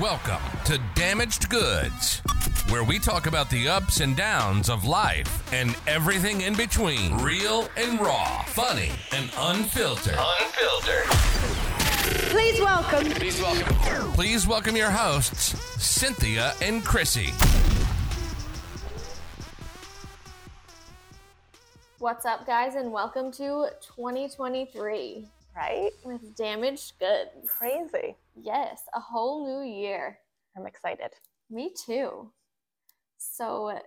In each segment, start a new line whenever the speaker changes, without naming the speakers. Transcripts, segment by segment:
Welcome to Damaged Goods, where we talk about the ups and downs of life and everything in between. Real and raw, funny and unfiltered.
Unfiltered.
Please welcome.
Please welcome your hosts, Cynthia and Chrissy.
What's up, guys, and welcome to 2023
Right?
with Damaged Goods.
Crazy.
Yes, a whole new year.
I'm excited.
Me too. So,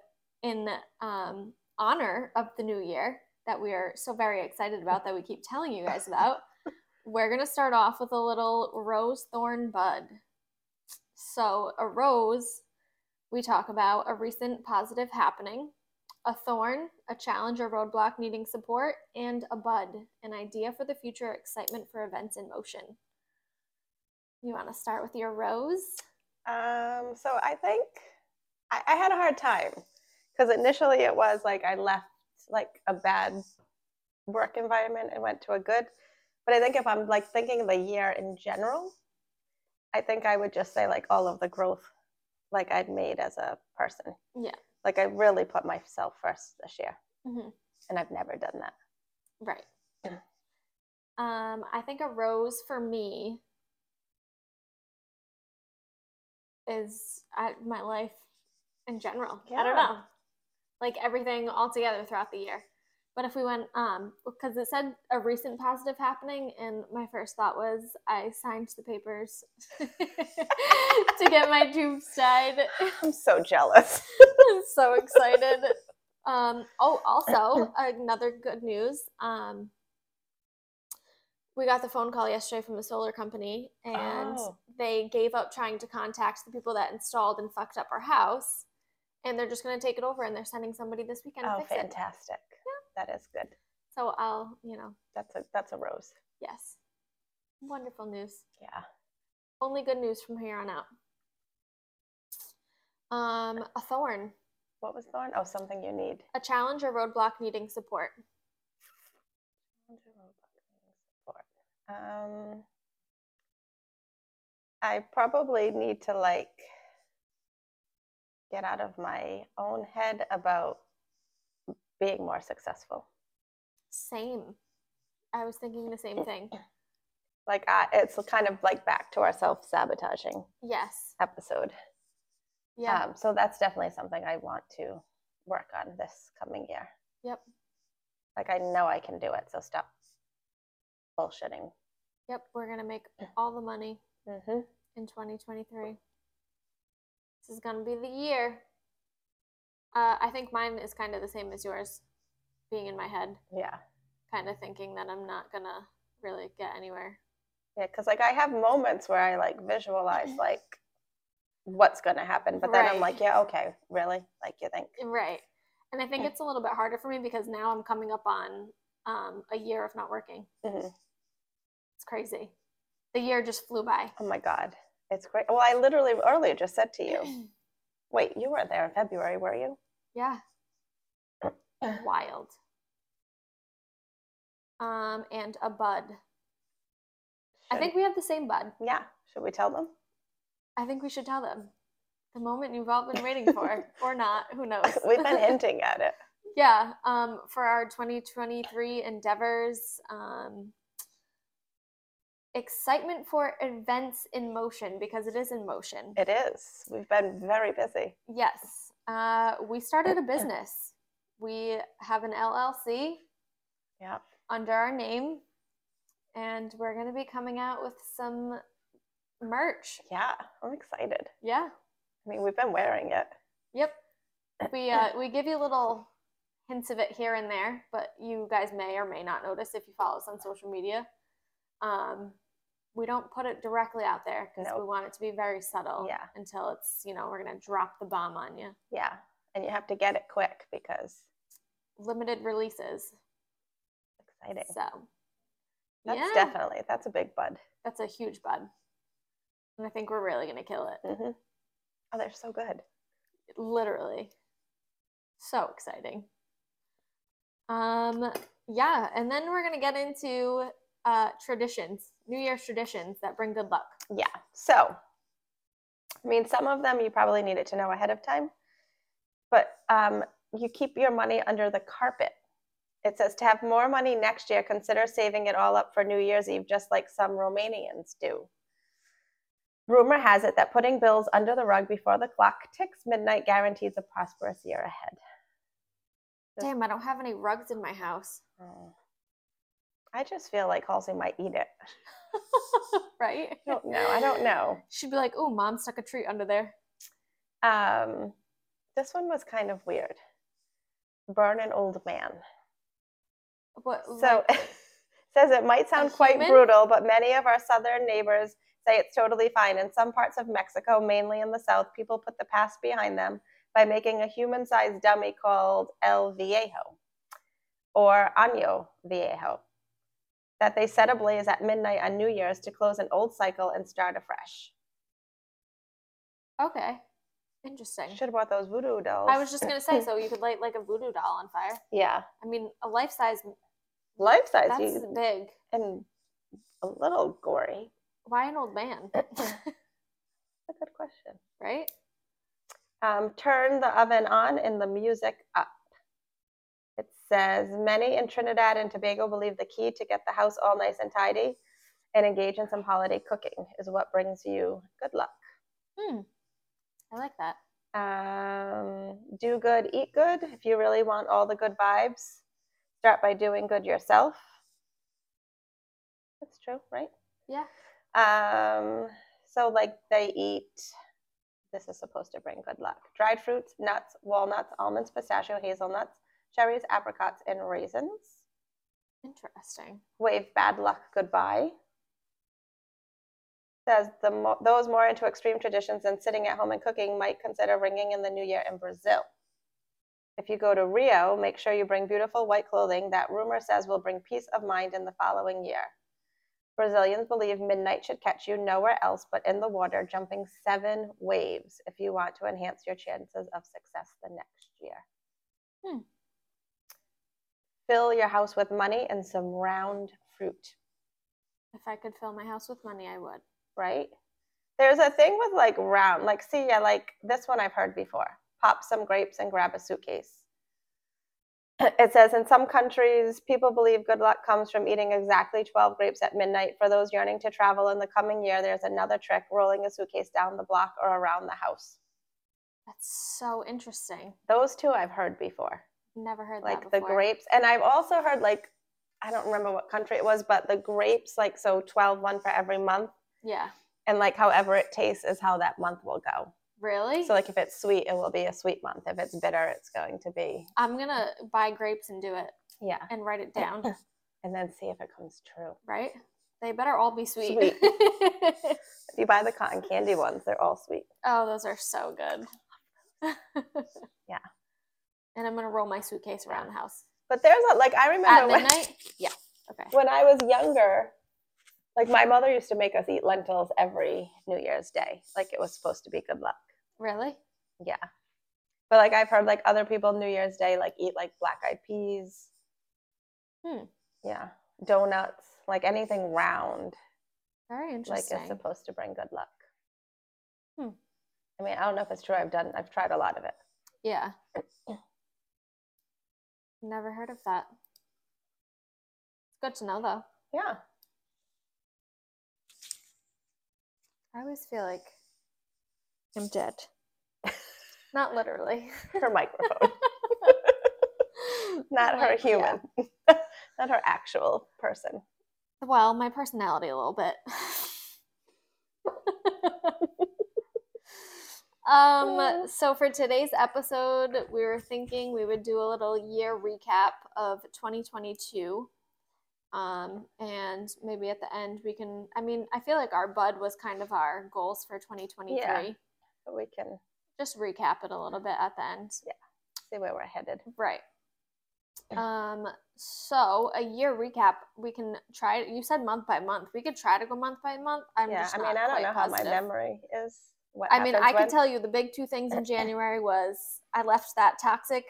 in um, honor of the new year that we are so very excited about, that we keep telling you guys about, we're going to start off with a little rose thorn bud. So, a rose, we talk about a recent positive happening, a thorn, a challenge or roadblock needing support, and a bud, an idea for the future, excitement for events in motion. You want to start with your rose?
Um, so I think I, I had a hard time because initially it was like I left like a bad work environment and went to a good. But I think if I'm like thinking of the year in general, I think I would just say like all of the growth like I'd made as a person.
Yeah.
Like I really put myself first this year.
Mhm.
And I've never done that.
Right.
Yeah.
Um, I think a rose for me is I, my life in general. I
Yeah.
don't know, like everything all together throughout the year. But if we went, um, because it said a recent positive happening, and my first thought was I signed the papers to get my tubes dyed.
I'm so jealous.
I'm so excited. Um, oh, also another good news. Um, we got the phone call yesterday from the solar company, and
Oh.
they gave up trying to contact the people that installed and fucked up our house, and they're just going to take it over, and they're sending somebody this weekend to
Oh,
fix it.
fantastic. That is good.
So I'll, you know,
That's a that's a rose.
yes, wonderful news.
Yeah.
Only good news from here on out. Um, a thorn,
What was thorn? Oh, something you need.
a challenge or roadblock needing support.
Um, I probably need to like get out of my own head about being more successful.
Same. I was thinking the same thing.
Like I, it's kind of like back to our self sabotaging
Yes.
episode.
Yeah.
Um, so that's definitely something I want to work on this coming year.
Yep.
Like I know I can do it. So stop bullshitting.
Yep. We're going to make all the money
Mm-hmm.
in 2023. This is going to be the year. Uh, I think mine is kind of the same as yours, being in my head,
Yeah.
kind of thinking that I'm not going to really get anywhere.
Yeah, because like I have moments where I like visualize like what's going to happen, but then I'm
Right.
like, yeah, okay, really? Like you think?
Right. And I think it's a little bit harder for me because now I'm coming up on um, a year of not working.
Mhm.
It's crazy. The year just flew by.
Oh my god, it's great. Well, I literally earlier just said to you, wait, you were there in February, were you?
Yeah. Wild. Um, and a bud. I
Should-
think we have the same bud.
Yeah. Should we tell them?
I think we should tell them. The moment you've all been waiting for, or not, who knows?
We've been hinting at it.
yeah, um, for our 2023 endeavors, um, excitement for events in motion because it is in motion.
It is. We've been very busy.
Yes. Uh, we started a business. We have an LLC.
Yeah.
Under our name. And we're going to be coming out with some merch.
Yeah, I'm excited.
Yeah.
I mean, we've been wearing it.
Yep. We, uh, we give you little hints of it here and there, but you guys may or may not notice if you follow us on social media. Um, we don't put it directly out there because we
Nope.
want it to be very subtle
Yeah.
until it's, you know, we're going to drop the bomb on you.
Yeah, and you have to get it quick because
Limited releases.
exciting.
So
That's
yeah,
definitely that's a big bud.
that's a huge bud, and I think we're really gonna kill it.
hmm Oh, they're so good.
Literally, so exciting. Um, yeah, and then we're gonna get into uh, traditions, New Year's traditions that bring good luck.
Yeah. So I mean, some of them you probably needed to know ahead of time, but um, you keep your money under the carpet. It says to have more money next year, consider saving it all up for New Year's Eve, just like some Romanians do. Rumor has it that putting bills under the rug before the clock ticks midnight guarantees a prosperous year ahead.
Damn, I don't have any rugs in my house.
Oh. I just feel like Halsey might eat it.
right?
I don't know. I don't know.
She'd be like, oh, mom stuck a treat under there.
Um, this one was kind of weird. Burn an old man.
What,
So it says it might sound quite
human?
brutal, but many of our southern neighbors say it's totally fine. In some parts of Mexico, mainly in the south, people put the past behind them by making a human sized dummy called El Viejo or Año Viejo that they set ablaze at midnight on New Year's to close an old cycle and start afresh.
okay. Interesting.
Should have bought those voodoo dolls.
I was just going to say, so you could light like a voodoo doll on fire.
yeah,
I mean, a life size,
life size
that's big.
and a little gory.
Why an old man?
That's a good question.
right?
um, turn the oven on and the music up. It says many in Trinidad and Tobago believe the key to get the house all nice and tidy and engage in some holiday cooking is what brings you good luck.
Hmm. I like that.
Um, do good, eat good. If you really want all the good vibes, start by doing good yourself. That's true, right?
Yeah.
Um, so like they eat this is supposed to bring good luck. Dried fruits, nuts, walnuts, almonds, pistachio, hazelnuts, cherries, apricots, and raisins.
Interesting.
Wave bad luck goodbye. Says the mo- those more into extreme traditions than sitting at home and cooking might consider ringing in the new year in Brazil. If you go to Rio, make sure you bring beautiful white clothing that rumor says will bring peace of mind in the following year. Brazilians believe midnight should catch you nowhere else but in the water, jumping seven waves if you want to enhance your chances of success the next year.
Hmm.
Fill your house with money and some round fruit,
If I could fill my house with money, I would.
right? There's a thing with like round, like, see, yeah, like this one I've heard before pop some grapes and grab a suitcase. It says in some countries, people believe good luck comes from eating exactly 12 grapes at midnight. For those yearning to travel in the coming year, there's another trick rolling a suitcase down the block or around the house.
That's so interesting.
Those two I've heard before.
Never heard
like
that
the
before.
grapes. And I've also heard like I don't remember what country it was, but the grapes like so 12 one for every month
Yeah.
and like however it tastes is how that month will go.
Really?
So like if it's sweet it will be a sweet month. If it's bitter it's going to be
I'm going to buy grapes and do it
yeah,
and write it down,
and then see if it comes true.
right? They better all be sweet.
Sweet. If you buy the cotton candy ones, they're all sweet.
oh, those are so good.
Yeah.
And I'm going to roll my suitcase around the house.
But there's a like I
At
remember when,
midnight? Yeah. Okay.
when I was younger like my mother used to make us eat lentils every New Year's Day. Like it was supposed to be good luck.
Really?
Yeah. But like I've heard like other people New Year's Day like eat like black eyed peas.
Hmm.
Yeah. Donuts, like anything round,
Very
like
interesting.
is supposed to bring good luck.
Hmm.
I mean, I don't know if it's true. I've done I've tried a lot of it.
yeah. Never heard of that. It's good to know, though.
Yeah.
I always feel like I'm dead. Not literally.
Her microphone. Not her
Like, yeah.
human. Not her actual person.
Well, my personality a little bit. um, so for today's episode, we were thinking we would do a little year recap of 2022. Um, and maybe at the end we can I mean, I feel like our bud was kind of our goals for 2023.
But we can
Just recap it a little bit at the end.
see where we're headed.
Right. Um, so a year recap, we can try you said month by month. We could try to go month by month. I'm
yeah.
just
I
not
mean, I don't
quite
know
positive.
how my memory is. What
I mean,
happens
I can
when.
tell you the big two things in January was I left that toxic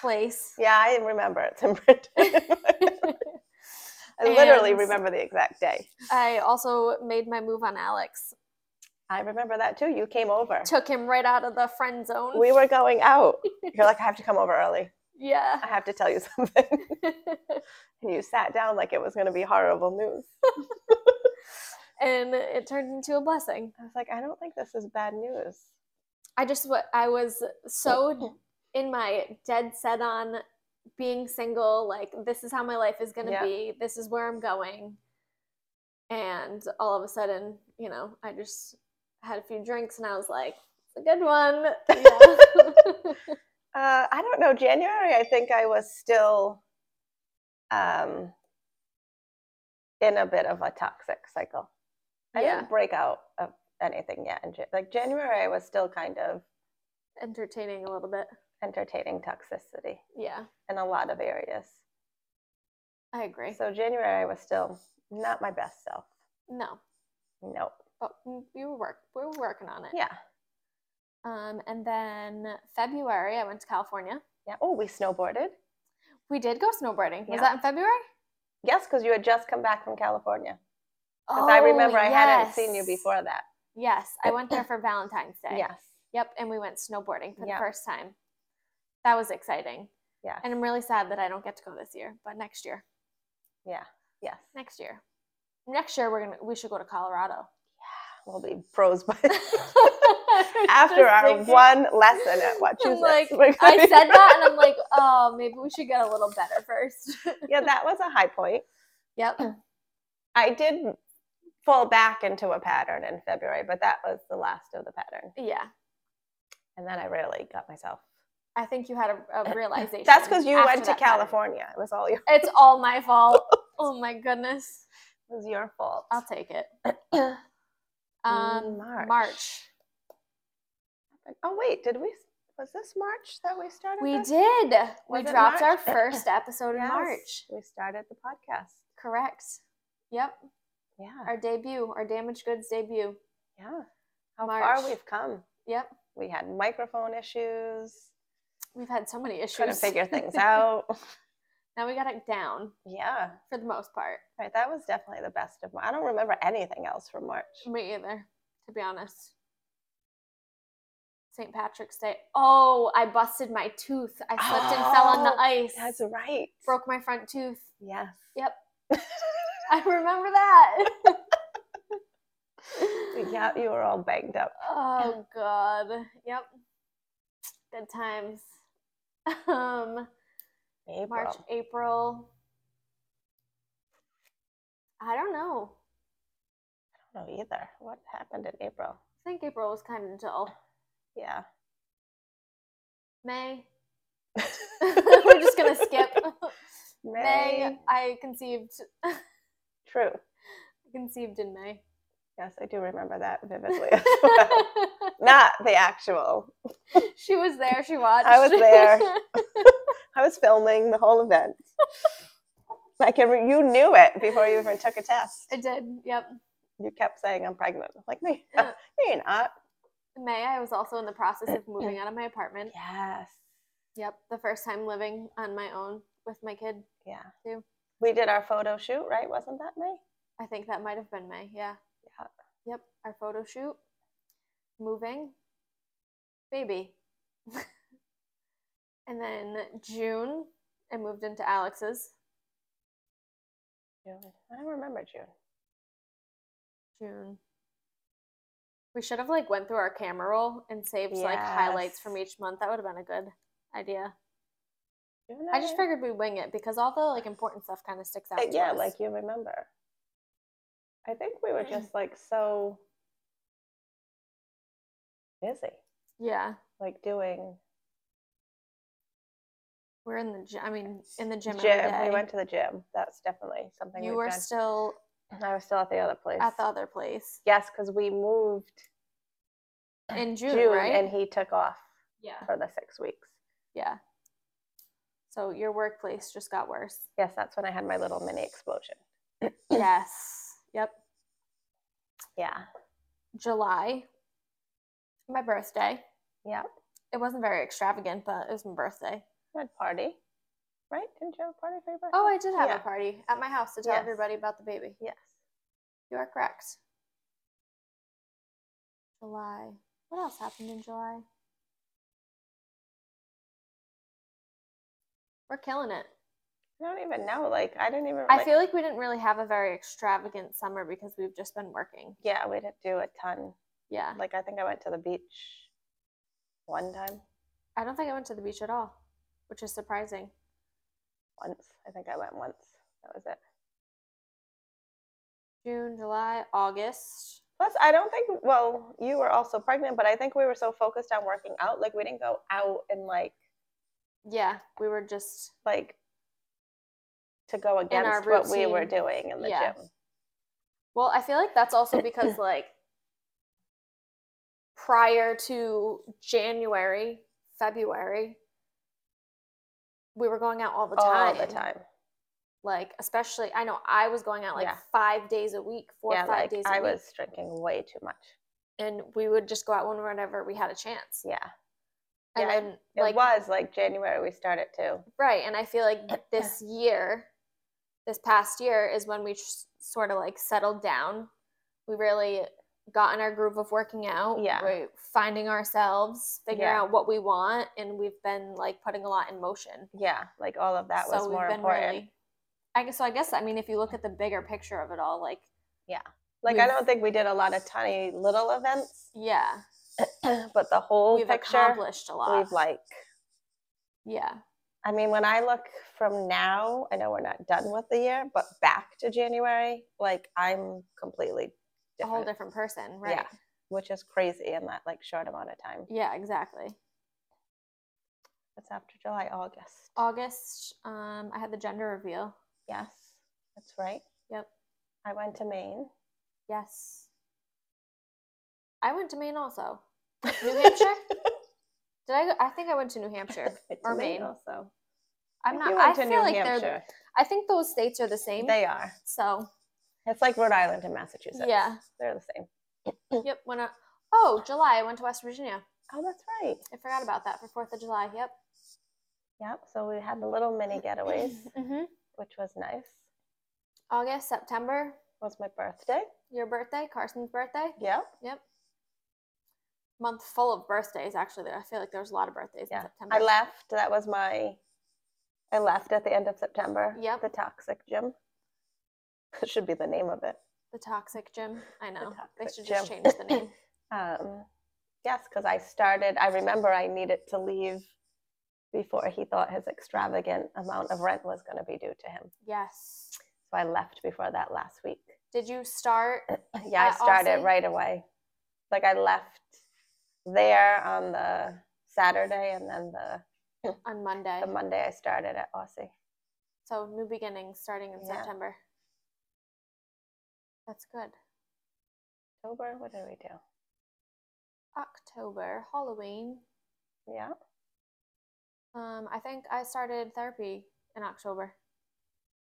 place.
Yeah, I remember it's in Britain. I literally
And-
remember the exact day.
I also made my move on Alex.
I remember that too. You came over.
Took him right out of the friend zone.
We were going out. You're like, I have to come over early.
yeah.
I have to tell you something. and you sat down like it was going to be horrible news.
and it turned into a blessing.
I was like, I don't think this is bad news.
I just what I was
Oh.
so in my dead set on being single, like this is how my life is going to
Yeah.
be. This is where I'm going. And all of a sudden, you know, I just had a few drinks and I was like, it's a good one. Yeah.
Uh, I don't know. January, I think I was still um, in a bit of a toxic cycle. I
Yeah.
didn't break out of anything yet. In Jan- like January, I was still kind of
Entertaining a little bit.
entertaining toxicity
Yeah,
in a lot of areas.
I agree.
So January, I was still not my best self.
No,
Nope.
but we were work we were working on it.
Yeah.
Um, and then February, I went to California.
Yeah. Oh, we snowboarded.
We did go snowboarding. Was
Yeah.
that in February?
Yes, because you had just come back from California. Because I remember I hadn't seen you
Oh, yes.
before that.
Yes, I went there for Valentine's Day.
Yes.
Yep, and we went snowboarding for
Yeah.
the first time. That was exciting.
Yes.
And I'm really sad that I don't get to go this year, but next year.
yeah. Yes.
Next year. Next year we're going to we should go to Colorado.
We'll be pros by
After
after our one lesson at Wachusett.
I'm like,
we're gonna
I
be-
said that and I'm like, oh, maybe we should get a little better first.
yeah, that was a high point.
yep.
I did fall back into a pattern in February, but that was the last of the pattern.
Yeah.
And then I really got myself.
I think you had a, a realization.
That's because you
after
went to
that pattern.
California. It was all your,
It's all my fault. Oh my goodness.
it was your fault. Oh,
I'll take it. Um,
March.
March.
oh wait, did we? Was this March that we started?
We
this?
did. We
Was it
dropped our
March?
first episode in
Yes,
March.
We started the podcast.
Correct. Yep.
Yeah,
Our debut, our damaged goods debut.
yeah. How
March.
far we've come.
Yep.
We had microphone issues.
We've had so many issues.
trying to figure things out.
now we got it down
yeah,
for the most part.
right. That was definitely the best of. I don't remember anything else from March.
Me either, to be honest. St. Patrick's Day. Oh, I busted my tooth. I slipped and fell on
Oh,
the ice.
That's right.
Broke my front tooth.
Yes.
I remember that.
Yeah, you were all banged up.
Oh god. Yep. Good times. Um
April.
March, April. I don't know.
I don't know either. What happened in April?
I think April was kind of dull.
Yeah.
May. We're just gonna skip.
May.
May. I conceived
True.
conceived in May.
Yes, I do remember that vividly. as well. Not the actual.
she was there. She watched.
I was there. I was filming the whole event. I can. Re- you knew it before you even took a test.
I did. Yep.
You kept saying I'm pregnant. I'm like, no,
Yeah.
you're not.
May. I was also in the process of moving out of my apartment.
Yes.
Yep, the first time living on my own with my kid.
Yeah.
too.
We did our photo shoot, right? Wasn't that May?
I think that might have been May. Yeah.
Yeah.
Yep, our photo shoot, moving, baby. and then June, I moved into Alex's.
June. I don't remember June.
June. We should have like went through our camera roll and saved like highlights from
Yes.
each month. That would have been a good idea.
June
I just figured we'd wing it because all the like important stuff kind of sticks out.
Uh,
to
yeah,
us.
like you remember. I think we
Mm.
were just like so busy,
yeah.
like doing
We're in the gym. I mean, in the gym.
gym.
Every day.
We went to the gym. That's definitely something
You
we've
were
done.
still
I was still at the other place.
at the other place
yes, because we moved
in June,
June,
right?
and he took off
yeah,
for the six weeks.
yeah. So your workplace just got worse.
Yes, that's when I had my little mini explosion.
yes. Yep.
Yeah.
July, my birthday.
Yeah.
It wasn't very extravagant, but it was my birthday.
You had party, right? Didn't you have a party for your birthday?
Oh, I did have
Yeah.
a party at my house to tell
Yes.
everybody about the baby.
Yes.
You are correct. July. What else happened in July? We're killing it.
I don't even know. Like I didn't even.
I feel like we didn't really have a very extravagant summer because we've just been working.
Yeah, we didn't do a ton.
Yeah.
Like I think I went to the beach one time,
I don't think I went to the beach at all, which is surprising.
once. I think I went once. That was it.
June, July, August.
Plus, I don't think. Well, you were also pregnant, but I think we were so focused on working out, like we didn't go out and like
Yeah, we were just
like to go against what we were doing in the
yeah.
gym.
Well, I feel like that's also because like prior to January, February, we were going out all the time.
All the time.
Like especially I know I was going out like
Yeah.
5 days a week, 4
yeah,
or 5
like
days a
I
week
was drinking way too much.
and we would just go out when- whenever we had a chance.
Yeah,
And
Yeah,
then
it
like
was like January we started too.
right, and I feel like
Eh,
this year this past year is when we just sort of like settled down. We really got in our groove of working out.
Yeah.
We're finding ourselves, figuring
Yeah.
out what we want, and we've been like putting a lot in motion.
Yeah, like all of that was more important.
I guess so. I guess I mean, if you look at the bigger picture of it all, like
like I
we've-
don't think we did a lot of tiny little events,
yeah,
but the whole
we've
picture
accomplished a lot.
we've like.
yeah,
I mean, when I look from now, I know we're not done with the year, but back to January, like I'm completely
a whole
different,
different person, right?
Yeah. which is crazy in that like short amount of time.
yeah exactly.
That's after July, August.
August, um, I had the gender reveal.
Yes, that's right.
Yep.
I went to Maine.
Yes. I went to Maine also. New Hampshire? Did I? Go? I think I went to New Hampshire
It's
or Maine.
also.
I'm
You
not.
went
I
to
feel
New
like they're.
Hampshire.
I think those states are the same.
They are.
so
It's like Rhode Island and Massachusetts.
Yeah.
They're the same.
yep. When I, oh, July I went to West Virginia.
Oh, that's right.
I forgot about that for Fourth of July. Yep.
Yep. So we had the little mini getaways,
hmm
which was nice.
August, September.
Was my birthday.
Your birthday, Carson's birthday.
Yep.
Yep. Month full of birthdays. Actually, there. I feel like there was a lot of birthdays in
Yeah.
September.
I left. That was my. I left at the end of September.
Yep.
The toxic gym. That should be the name of it.
the toxic gym. I know. They
Toxic
should just
Gym.
change the name.
Um, yes, because I started. I remember I needed to leave before he thought his extravagant amount of rent was going to be due to him.
yes.
So I left before that last week.
Did you start?
Yeah, I
At
started
Allstate?
right away. Like I left there on the Saturday, and then the,
on Monday.
the Monday I started at Aussie.
So new beginnings starting in
Yeah.
September. That's good.
October, what did we do?
October, Halloween.
Yeah,
Um, I think I started therapy in October.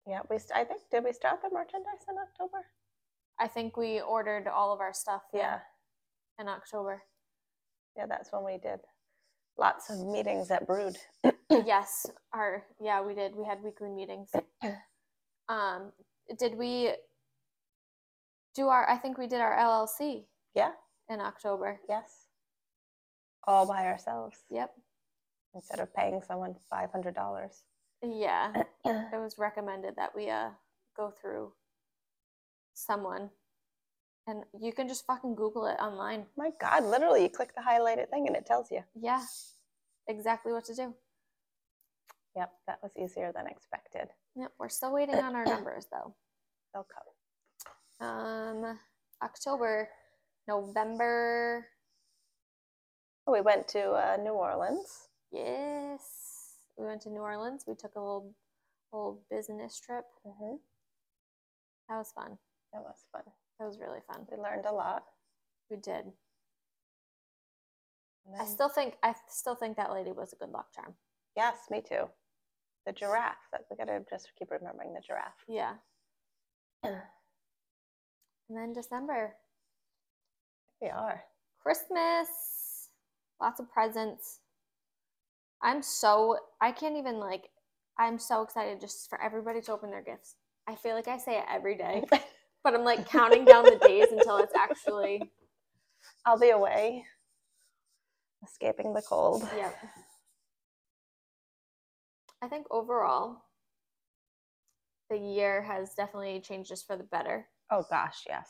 yeah. We st- I think did we start the merchandise in October?
I think we ordered all of our stuff
Yeah,
in October.
yeah. That's when we did lots of meetings at Brood.
yes, our yeah, we did. We had weekly meetings. Um, did we do our I think we did our LLC
Yeah.
in October.
Yes, all by ourselves
Yep.
instead of paying someone five hundred dollars.
Yeah. it was recommended that we uh go through someone and you can just fucking google it online
My God, literally, you click the highlighted thing and it tells you.
yeah exactly what to do
Yep, that was easier than expected.
yep we're still waiting on our numbers though
They'll come.
um october november
We went to uh, New Orleans.
yes we went to new orleans we took a little little business trip
Mm-hmm.
that was fun
That was fun.
that was really fun
We learned a lot.
we did
And
i
then-
still think i still think that lady was a good luck charm
yes, me too. The giraffe. That we gotta just keep remembering the giraffe.
yeah and then december
We are.
Christmas, lots of presents. I'm so I can't even like I'm so excited just for everybody to open their gifts. I feel like I say it every day, but I'm like counting down the days until it's actually
I'll be away, escaping the cold.
Yep. I think overall, the year has definitely changed us for the better.
Oh gosh, yes.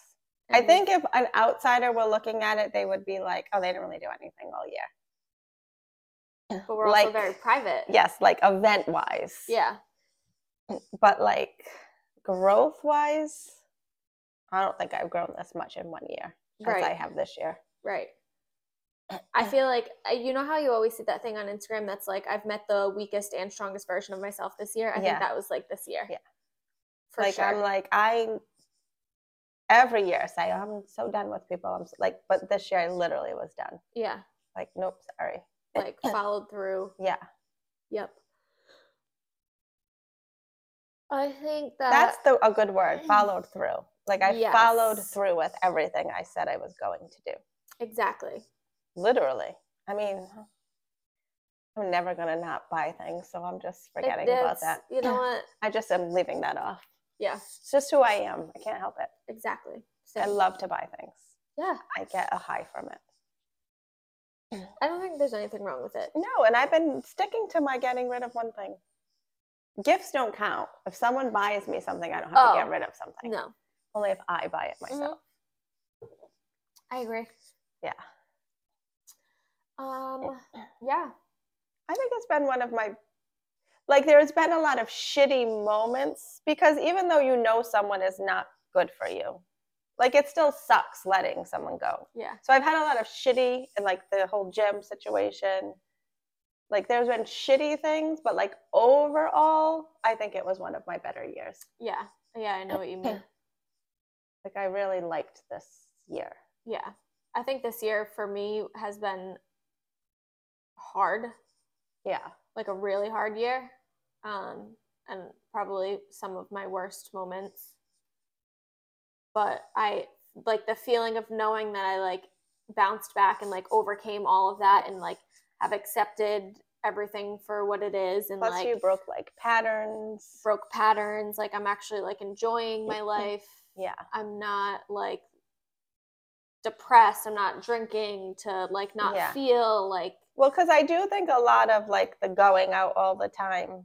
I
And
think if an outsider were looking at it, they would be like, "Oh, they didn't really do anything all year."
but we're also
like-
very private.
Yes, like event-wise.
Yeah.
But like growth-wise, I don't think I've grown this much in one year as I
Right.
have this year.
Right. I feel like uh, you know how you always see that thing on Instagram that's like I've met the weakest and strongest version of myself this year. I
Yeah.
think that was like this year.
Yeah.
For
like
sure.
I'm like I every year say I'm so done with people. I'm s like, but this year I literally was done.
yeah.
Like, nope, sorry.
Like followed through.
Yeah,
Yep. I think that
that's the a good word. Followed through. Like I followed
Uh, Yes.
through with everything I said I was going to do.
exactly.
Literally. I mean,
Uh-huh.
I'm never gonna not buy things, so I'm just
Like,
forgetting
that's-
about that.
You know what?
I just am leaving that off.
Yeah,
It's just who I am. I can't help it.
exactly. So
I love to buy things.
yeah.
I get a high from it.
I don't think there's anything wrong with it.
No, and I've been sticking to my getting rid of one thing. Gifts don't count. If someone buys me something, I don't have to
Oh,
get rid of something.
No.
Only if I buy it myself.
I agree.
Yeah.
Um yeah.
I think it's been one of my like there's been a lot of shitty moments because even though you know someone is not good for you, like it still sucks letting someone go.
Yeah.
So I've had a lot of shitty and like the whole gym situation. Like there's been shitty things, but like overall, I think it was one of my better years.
Yeah. Yeah, I know what you mean.
Like I really liked this year.
Yeah. I think this year for me has been hard,
Yeah.
like a really hard year. Um and probably some of my worst moments. But I like the feeling of knowing that I like bounced back and like overcame all of that and like have accepted everything for what it is and
Plus
like
you broke like patterns.
broke patterns like i'm actually like enjoying my life
Yeah.
i'm not like depressed i'm not drinking to like not
Yeah.
feel like
Well, because I do think a lot of like the going out all the time,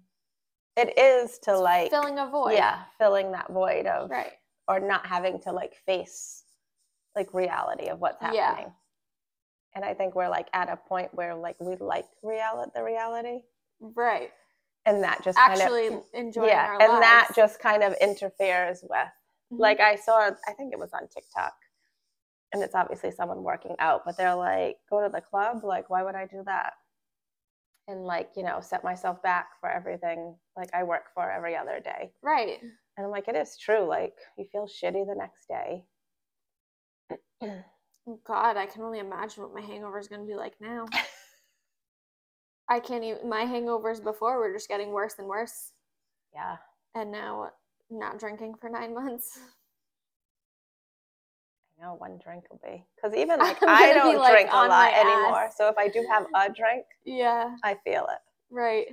it is to like
filling a void
yeah, filling that void of
right
or not having to like face like reality of what's happening.
Yeah.
And I think we're like at a point where like we like reality the reality,
right
and that just
actually
kind of,
enjoying
yeah,
our
and that
lives.
just kind of interferes with
Mhm.
like I saw, I think it was on TikTok, and it's obviously someone working out, but they're like, go to the club. Like, why would I do that? And like, you know, set myself back for everything like I work for every other day.
right
And I'm like, it is true. Like, you feel shitty the next day.
god i can only imagine what my hangover is going to be like now i can't even my hangovers before were just getting worse and worse
Yeah.
and now not drinking for nine months
I know one drink will be. Because even like,
I'm
I
gonna be,
don't
like,
drink
on
a lot
my ass.
anymore. So if I do have a drink,
yeah
I feel it.
right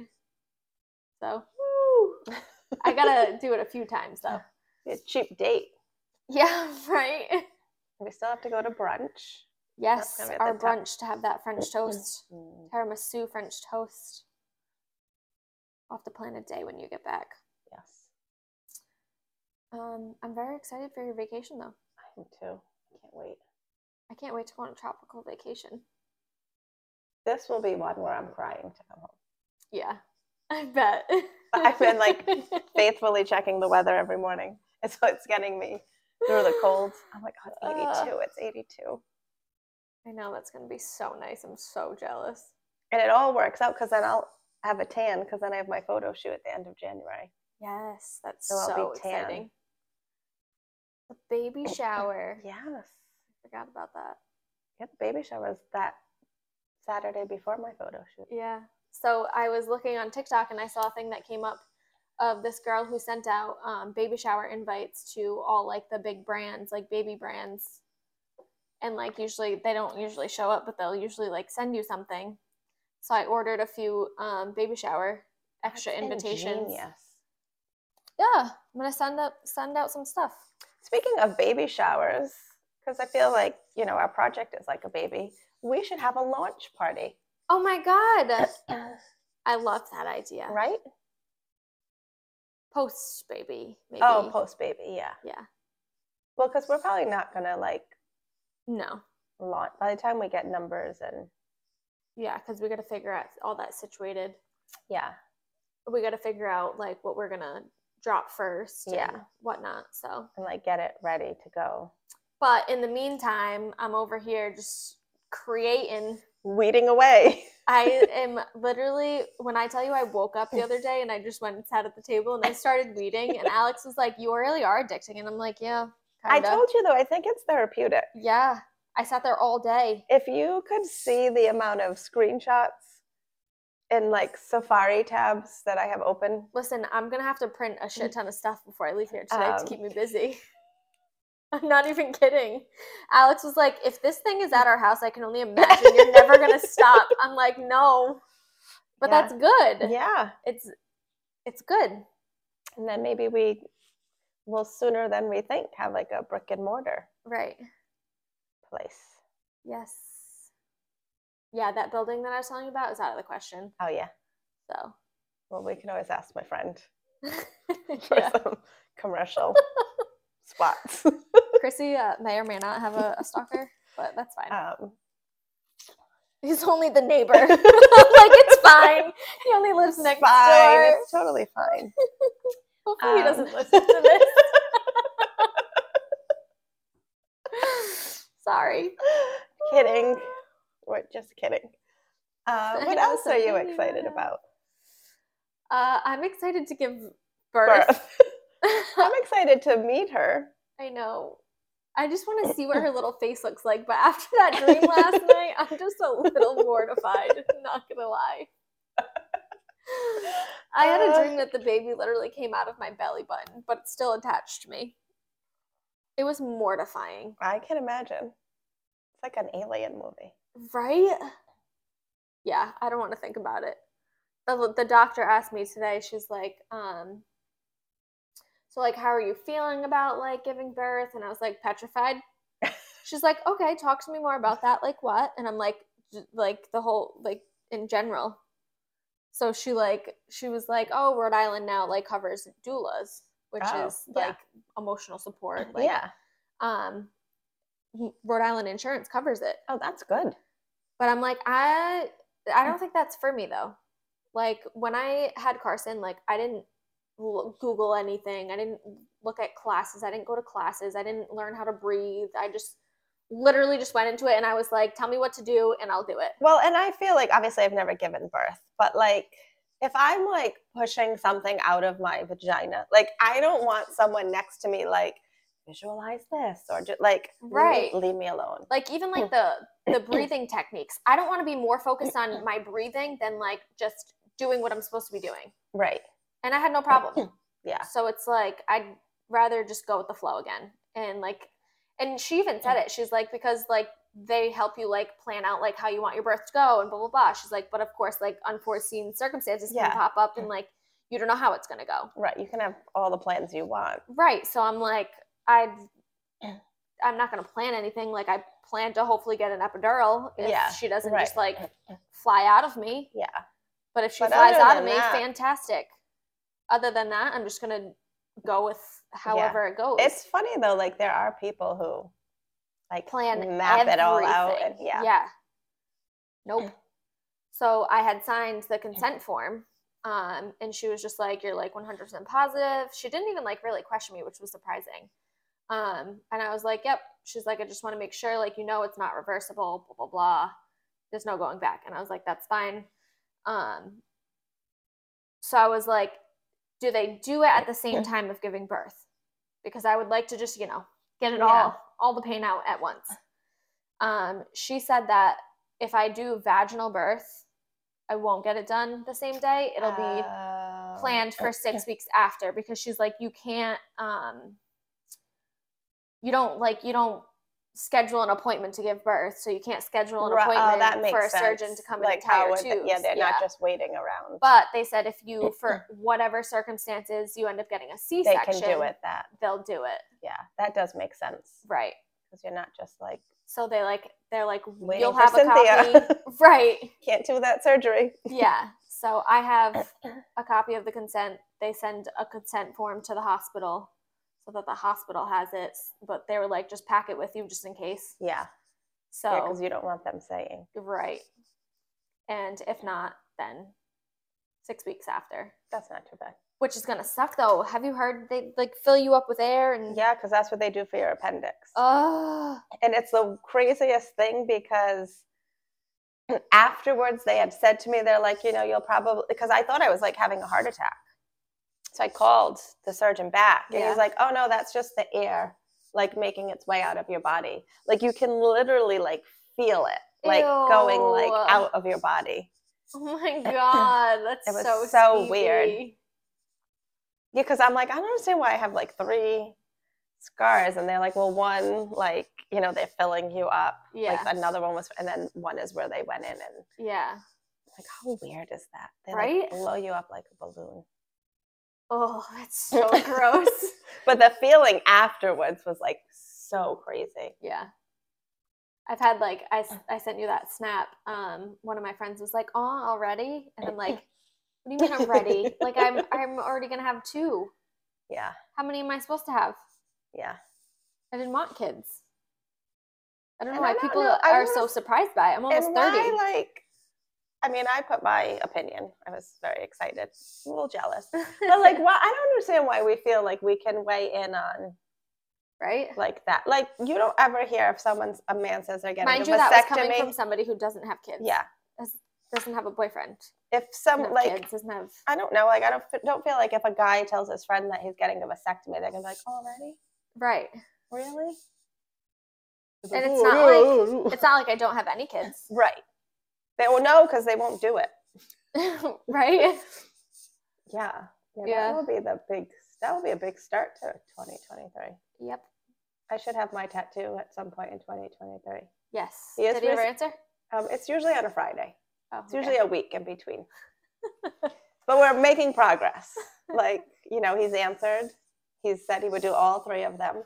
so
Woo!
I gotta do it a few times though.
Be a cheap date.
Yeah, right.
We still have to go to brunch.
Yes,
gonna be at
our
the top.
brunch to have that French toast,
Mm,
tiramisu French toast. I'll have to plan a day when you get back.
Yes.
Um, I'm very excited for your vacation though.
I am too. I can't wait.
I can't wait to go on a tropical vacation.
This will be one where I'm crying to come home.
Yeah, I bet.
I've been, like, Faithfully checking the weather every morning. It's what's getting me through the colds. I'm like, oh, it's 82. It's 82.
I know that's gonna be so nice. I'm so jealous.
And it all works out because then I'll have a tan because then I have my photo shoot at the end of January.
Yes, that's
So
so,
I'll be tan.
exciting. The baby shower.
Yes.
I forgot about that.
Yeah, the baby shower is that Saturday before my photo shoot.
Yeah. So I was looking on TikTok and I saw a thing that came up of this girl who sent out um, baby shower invites to all like the big brands, like baby brands. And like usually they don't usually show up, but they'll usually like send you something. So I ordered a few um, baby shower extra
That's
invitations.
ingenious.
Yeah, I'm gonna send up send out some stuff.
Speaking of baby showers, because I feel like you know our project is like a baby. We should have a launch party,
Oh my god. I love that idea.
right?
Post baby. Maybe.
Oh, post baby, yeah,
Yeah.
Well, because we're probably not gonna like
No.
launch by the time we get numbers and
Yeah, because we got to figure out all that situated.
yeah,
We got to figure out like what we're gonna drop first. and
Yeah.
Whatnot. So,
and like get it ready to go.
but in the meantime, I'm over here just creating.
Weeding away.
I am literally when I tell you I woke up the other day and I just went and sat at the table and I started weeding and Alex was like, "You really are addicting," and I'm like, "Yeah,
I
kinda."
told you though, I think it's therapeutic.
yeah." I sat there all day.
If you could see the amount of screenshots and like Safari tabs that I have open,
Listen, I'm gonna have to print a shit ton of stuff before I leave here today to
Mm. Um,
keep me busy. I'm not even kidding. Alex was like, "If this thing is at our house, I can only imagine you're never gonna stop." I'm like, "No," but
Yeah.
that's good.
yeah,
It's it's good.
and then maybe we will sooner than we think have like a brick and mortar
Right.
place.
Yes. Yeah, that building that I was telling you about is out of the question.
Oh yeah.
So
Well, we can always ask my friend for
yeah.
some commercial spots.
Chrissy uh, may or may not have a, a stalker, but that's fine.
Um,
He's only the neighbor. like it's fine. He only lives
it's
next
fine.
door.
It's totally fine.
Hopefully he
Um,
doesn't listen to this. Sorry.
kidding. We're just kidding. Uh,
I
what
know,
else are you
something you
excited
wanna-
about?
Uh, I'm excited to give birth.
Birth. I'm excited to meet her.
I know. I just want to see what her little face looks like, but after that dream last night, I'm just a little mortified. Not gonna lie. I had a
Uh.
dream that the baby literally came out of my belly button, but it's still attached to me. It was mortifying,
I can imagine. It's like an alien movie.
right? Yeah, I don't want to think about it. The, the doctor asked me today. She's like, um, so like, how are you feeling about like giving birth? And I was like, petrified. She's like, okay, talk to me more about that. Like what? And I'm like, j- like the whole like in general. So she like she was like, oh, Rhode Island now like covers doulas, which
Oh,
is
yeah.
like emotional support. Like,
yeah.
Um, w- Rhode Island insurance covers it,
Oh, that's good.
but I'm like, I I don't think that's for me though. Like when I had Carson, like I didn't l- Google anything. I didn't look at classes. I didn't go to classes. I didn't learn how to breathe. I just literally just went into it and I was like, tell me what to do and I'll do it.
Well, and I feel like obviously I've never given birth, but like if I'm like pushing something out of my vagina, like I don't want someone next to me like visualize this or just like leave-
Right.
leave, me alone.
Like even like the the breathing techniques. I don't want to be more focused on my breathing than like just doing what I'm supposed to be doing.
Right.
And I had no problem.
Yeah.
So it's like I'd rather just go with the flow again. And like and she even said it. She's like, because like they help you like plan out like how you want your birth to go and blah blah blah. She's like, but of course like unforeseen circumstances
Yeah.
can pop up and like you don't know how it's gonna go.
Right. You can have all the plans you want.
Right. So I'm like, I I'm not gonna plan anything. Like I plan to hopefully get an epidural if
Yeah,
she doesn't just
right.
like fly out of me.
Yeah.
But if she
But
flies
other
out of
than
me,
that-
fantastic. Other than that, I'm just gonna go with however it goes.
It's funny though, like there are people who like
plan
map it all out. And,
everything.
yeah. Mm.
Yeah. Nope. So I had signed the consent form. Um, and she was just like, You're like 100% positive. She didn't even like really question me, which was surprising. Um, and I was like, Yep. She's like, I just want to make sure, like, you know, it's not reversible, blah, blah, blah. There's no going back. And I was like, That's fine. Um, so I was like, Do they do it at the same time of giving birth? Because I would like to just, you know, get it
Yeah.
all, all the pain out at once. Um, she said that if I do vaginal birth, I won't get it done the same day. It'll be
Oh.
planned for six weeks after because she's like, you can't, um, you don't like, you don't schedule an appointment to give birth, so you can't schedule an
Ri-
appointment
oh, that makes
for a surgeon
sense.
to come in
like
and tie
how
your
would
tubes.
yeah, they're not just waiting around.
But they said if you, for whatever circumstances, you end up getting a C
they
section,
can do it that.
they'll do it.
Yeah, that does make sense.
Right.
because you're not just like
So they like they're like
Waiting
you'll
for
have a
Cynthia."
copy, right?
can't do that surgery.
Yeah. So I have a copy of the consent. They send a consent form to the hospital so that the hospital has it. But they were like, just pack it with you just in case.
Yeah, because
So
you don't want them saying.
right. And if not, then six weeks after.
That's not too bad.
Which is gonna suck though. Have you heard they like fill you up with air and
Yeah, because that's what they do for your appendix.
Ugh.
and it's the craziest thing because afterwards they had said to me they're like you know you'll probably because i thought i was like having a heart attack so i called the surgeon back and he
Yeah.
was like oh no that's just the air like making its way out of your body like you can literally like feel it like going like
Ew.
out of your body
Oh my god, that's
It was
so
so weird.
skeevy.
yeah because i'm like i don't understand why i have like three scars and they're like well one like you know they're filling you up
Yeah,
like another one was and then one is where they went in and
yeah.
Like, how weird is that? They
Right?
like blow you up like a balloon.
Oh, that's so gross.
But the feeling afterwards was like so crazy.
Yeah. I've had like I,
Oh.
s- I sent you that snap. Um, one of my friends was like, "Oh, already?" And I'm like, "What do you mean already? like I'm I'm already gonna have two.
Yeah,
How many am I supposed to have?
yeah.
I didn't want kids. I don't know
And
why
I don't
people
know- I
are
wanna
so
s-
surprised by it. I'm almost
and why,
thirty.
like, I mean, I put my opinion. I was very excited, a little jealous, but like, why? I don't understand why we feel like we can weigh in on
right?
like that. Like, you don't ever hear if someone's a man says they're getting
Mind
a
you, that was coming
vasectomy.
from somebody who doesn't have kids.
yeah,
Doesn't have a boyfriend.
if
Doesn't
some
have
like.
kids. Doesn't have.
I don't know. Like, I don't f- don't feel like if a guy tells his friend that he's getting a vasectomy, they're gonna be like, "Already?
Right.
Really?"
And it's not like it's not like I don't have any kids.
Right. They will know because they won't do it.
right.
Yeah. Yeah.
Yeah.
That will be the big. That will be a big start to 2023.
Yep.
I should have my tattoo at some point in 2023.
Yes.
Yes,
Did he ever
Miss-
answer?
Um, it's usually on a Friday.
Oh,
It's
okay.
usually a week in between. but we're making progress. Like you know, he's answered. He said he would do all three of them,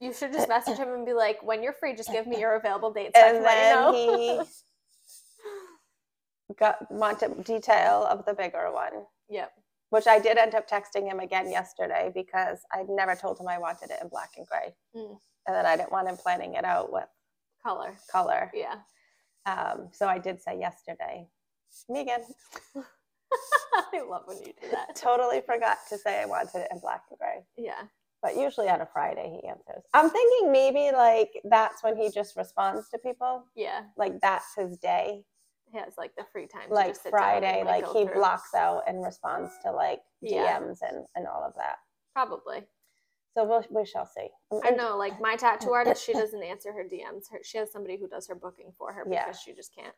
You should just message him and be like, when you're free, just give me your available dates. so I can
and
let you
then
know.
he got wanted detail of the bigger one.
Yep.
Which I did end up texting him again yesterday because I never told him I wanted it in black and gray,
Mm.
and that I didn't want him planning it out with
Color.
color.
Yeah.
Um, so I did say yesterday. Me again.
I love when you do that.
Totally forgot to say I wanted it in black and gray.
Yeah.
But usually on a Friday he answers. I'm thinking maybe like that's when he just responds to people.
Yeah.
Like that's his day.
He has like the free time. to
Like
just sit down and,
Friday, like
go
he
through.
blocks out and responds to like
Yeah.
DMs and, and all of that.
Probably.
So we'll, we shall see.
I know, like my tattoo artist, she doesn't answer her DMs. Her, she has somebody who does her booking for her
Yeah.
because she just can't.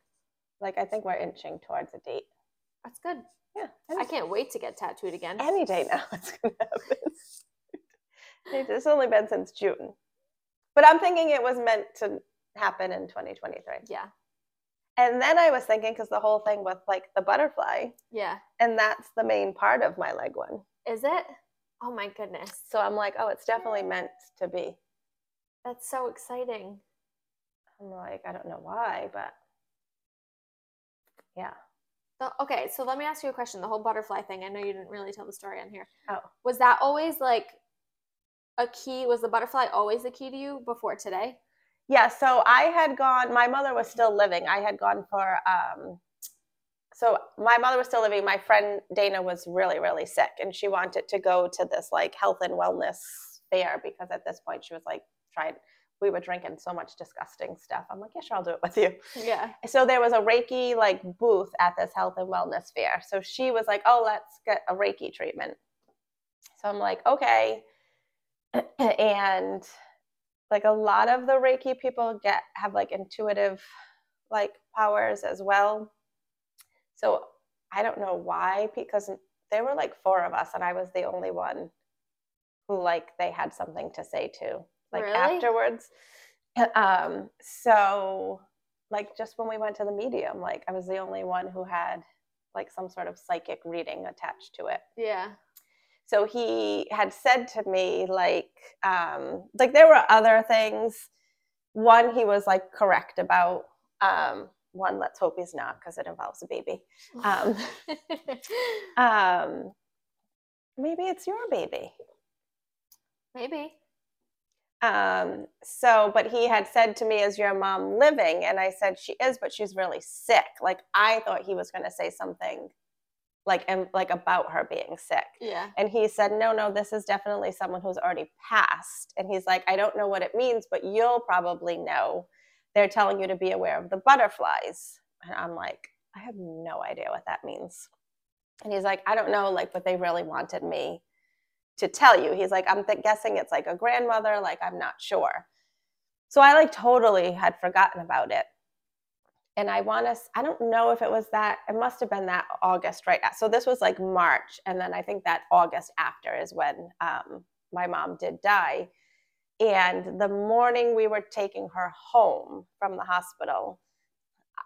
Like I think we're inching towards a date.
That's good.
Yeah.
I can't wait to get tattooed again.
any day now it's gonna happen. It- It's only been since June, but I'm thinking it was meant to happen in 2023.
Yeah.
And then I was thinking because the whole thing with like the butterfly,
Yeah.
and that's the main part of my leg one.
Is it? Oh my goodness.
So I'm like, oh, it's definitely meant to be.
That's so exciting.
I'm like, I don't know why, but yeah,
The, okay, so let me ask you a question. The whole butterfly thing, I know you didn't really tell the story on here.
Oh.
Was that always like a key? Was the butterfly always a key to you before today?
yeah. So I had gone. My mother was still living. I had gone for. um so my mother was still living. My friend Dana was really, really sick, and she wanted to go to this like health and wellness fair because at this point she was like trying. We were drinking so much disgusting stuff. I'm like, yeah, sure, I'll do it with you.
Yeah.
so there was a reiki like booth at this health and wellness fair so she was like oh let's get a reiki treatment so i'm like okay and like a lot of the reiki people get have like intuitive like powers as well so i don't know why because there were like four of us and i was the only one who like they had something to say to like
Really?
afterwards um so like just when we went to the medium like i was the only one who had like some sort of psychic reading attached to it
Yeah.
so he had said to me like um like there were other things one he was like correct about um one let's hope he's not because it involves a baby um um maybe it's your baby
Maybe.
um so but he had said to me is your mom living and i said she is but she's really sick like i thought he was going to say something like and like about her being sick
Yeah.
And he said, No, no, this is definitely someone who's already passed. And he's like, I don't know what it means, but you'll probably know. They're telling you to be aware of the butterflies. And I'm like, I have no idea what that means. And he's like, I don't know, like, but they really wanted me to tell you. He's like, I'm th- guessing it's like a grandmother, like, I'm not sure. So I like totally had forgotten about it. And I want to, I don't know if it was that, it must have been that August, right? So this was like March. And then I think that August after is when um, my mom did die. And the morning we were taking her home from the hospital,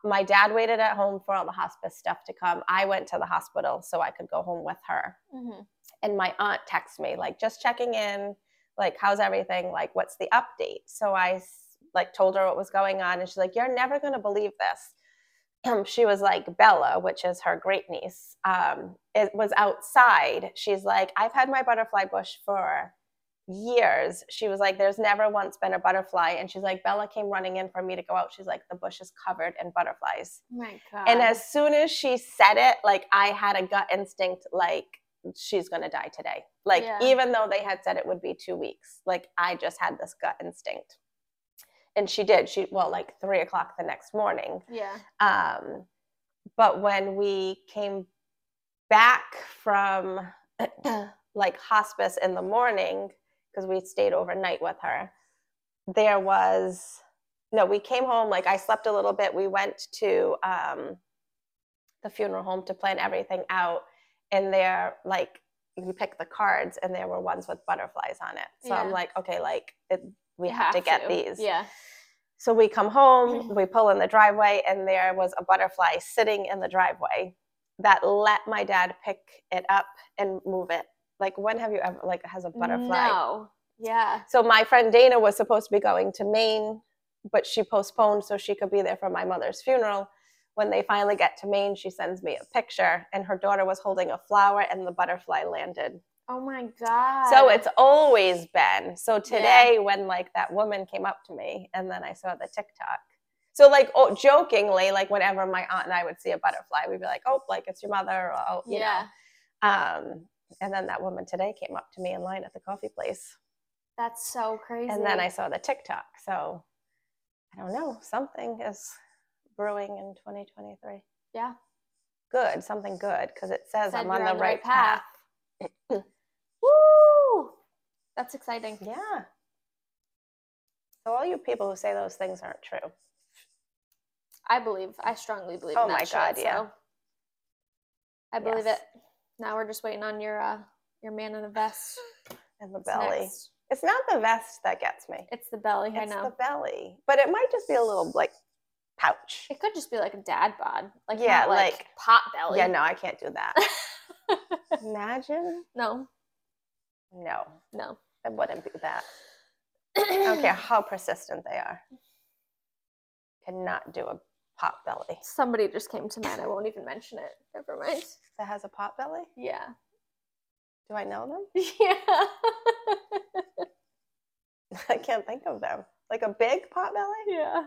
my dad waited at home for all the hospice stuff to come. I went to the hospital so I could go home with her
hmm
and my aunt texts me like just checking in like how's everything like what's the update so i s- like told her what was going on and she's like you're never going to believe this she was like bella which is her great niece um, it was outside she's like i've had my butterfly bush for years she was like there's never once been a butterfly and she's like bella came running in for me to go out she's like the bush is covered in butterflies
Oh My God.
and as soon as she said it, like I had a gut instinct, like she's gonna die today. Like
Yeah.
even though they had said it would be two weeks, like I just had this gut instinct. And she did. She well, like three o'clock the next morning.
yeah.
Um, but when we came back from like hospice in the morning, because we stayed overnight with her, there was no, we came home, like I slept a little bit. We went to um, the funeral home to plan everything out. And there, like, you pick the cards, and there were ones with butterflies on it. So I'm
Yeah.
like, okay, like, it, we
You
have, to get these.
Yeah.
So we come home, we pull in the driveway, and there was a butterfly sitting in the driveway that let my dad pick it up and move it. Like, when have you ever, like, has a butterfly?
No. Yeah.
So my friend Dana was supposed to be going to Maine, but she postponed so she could be there for my mother's funeral. When they finally get to Maine, she sends me a picture, and her daughter was holding a flower, and the butterfly landed.
Oh my God.
So it's always been. So today, when like that woman came up to me, and then I saw the TikTok. So like oh, jokingly, like whenever my aunt and I would see a butterfly, we'd be like, "Oh, like it's your mother," or oh, you
yeah.
know. Um, and then that woman today came up to me in line at the coffee place,
That's so crazy.
and then I saw the TikTok. So I don't know. Something is brewing in 2023.
Yeah.
Good. Something good because it says
Said
I'm on
you're
the, right path.
path. Woo! That's exciting.
Yeah. So all you people who say those things aren't true.
I believe. I strongly believe.
Oh
in that
my
shit,
God, yeah.
so I believe
Yes.
it. Now we're just waiting on your uh, your man in the vest.
And the
It's
belly.
next.
It's not the vest that gets me.
It's the belly. I
it's
know.
the belly. But it might just be a little like pouch.
It could just be like a dad bod. Like
Yeah,
yeah, like,
like-
pot belly.
Yeah, no, I can't do that. Imagine?
no,
No,
no.
it wouldn't be that. I don't care how persistent they are. Cannot do a pot belly.
Somebody just came to mind. I won't even mention it. Never mind.
That has a pot belly?
Yeah.
Do I know them?
Yeah.
I can't think of them. Like a big pot belly?
yeah.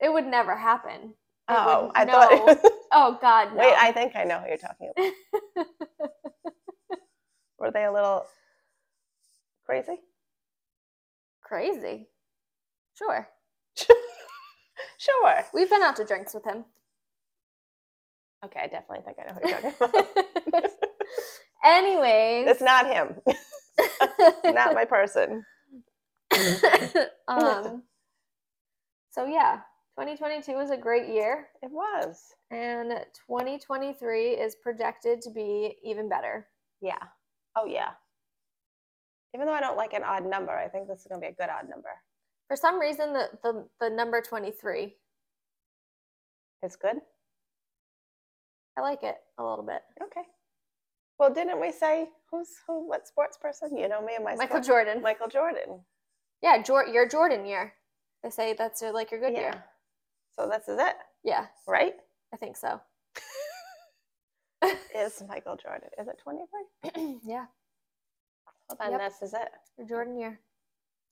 It would never happen. It
Oh,
would-
I thought.
no. Oh God, no.
Wait, I think I know who you're talking about. Were they a little crazy?
crazy. Sure.
Sure.
We've been out to drinks with him.
Okay, I definitely think I know who you're talking about.
Anyways.
it's not him. not my person.
um, so yeah, 2022 was a great year,
It was.
and 2023 is projected to be even better.
Yeah. Oh yeah. Even though I don't like an odd number, I think this is gonna be a good odd number.
For some reason, the the, the number 23,
It's good.
I like it a little bit.
Okay. Well, didn't we say who's who? What sports person? You know me and my
Michael
sport-
Jordan.
Michael Jordan.
yeah, Jor- your Jordan year. They say that's your, like your good year.
So this is it,
Yeah,
right?
I think so.
Is Michael Jordan? Is it 23?
yeah,
Well, then
Yep.
this is it.
your Jordan year.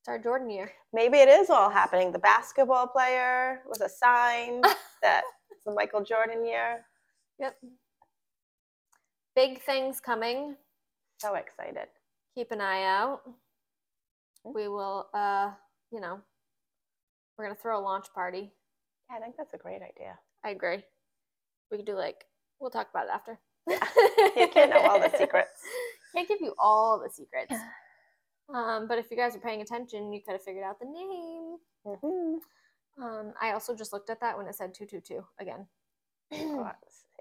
It's our Jordan year.
Maybe it is all happening. The basketball player was a sign that it's the Michael Jordan year.
Yep. Big things coming.
So excited.
Keep an eye out. We will, uh, you know, we're gonna throw a launch party.
Yeah, I think that's a great idea.
I agree. We could do like we'll talk about it after.
You can't know all the secrets.
Can't give you all the secrets. Um, but if you guys are paying attention, you could have figured out the name.
hmm
Um, I also just looked at that when it said two two two again.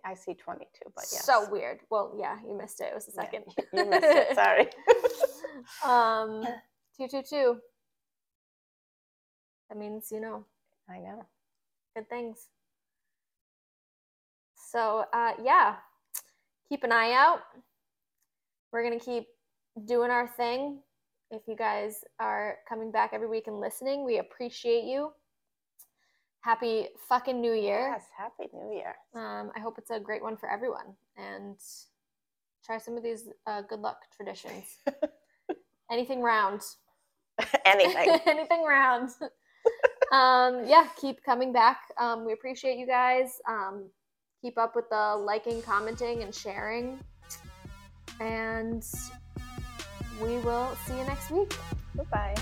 I see 22, Oh, but yes.
So weird. Well, yeah, you missed it. It was the
Yeah,
second.
you missed it. Sorry.
um, two two two. That means you know
I know.
good things. So uh, yeah, keep an eye out. We're gonna keep doing our thing. If you guys are coming back every week and listening, we appreciate you. Happy fucking New Year.
Yes, Happy New Year.
Um, I hope it's a great one for everyone and try some of these uh, good luck traditions. Anything round.
Anything.
Anything round. um, yeah, keep coming back. Um, we appreciate you guys. Um, keep up with the liking, commenting, and sharing. And we will see you next week.
Goodbye.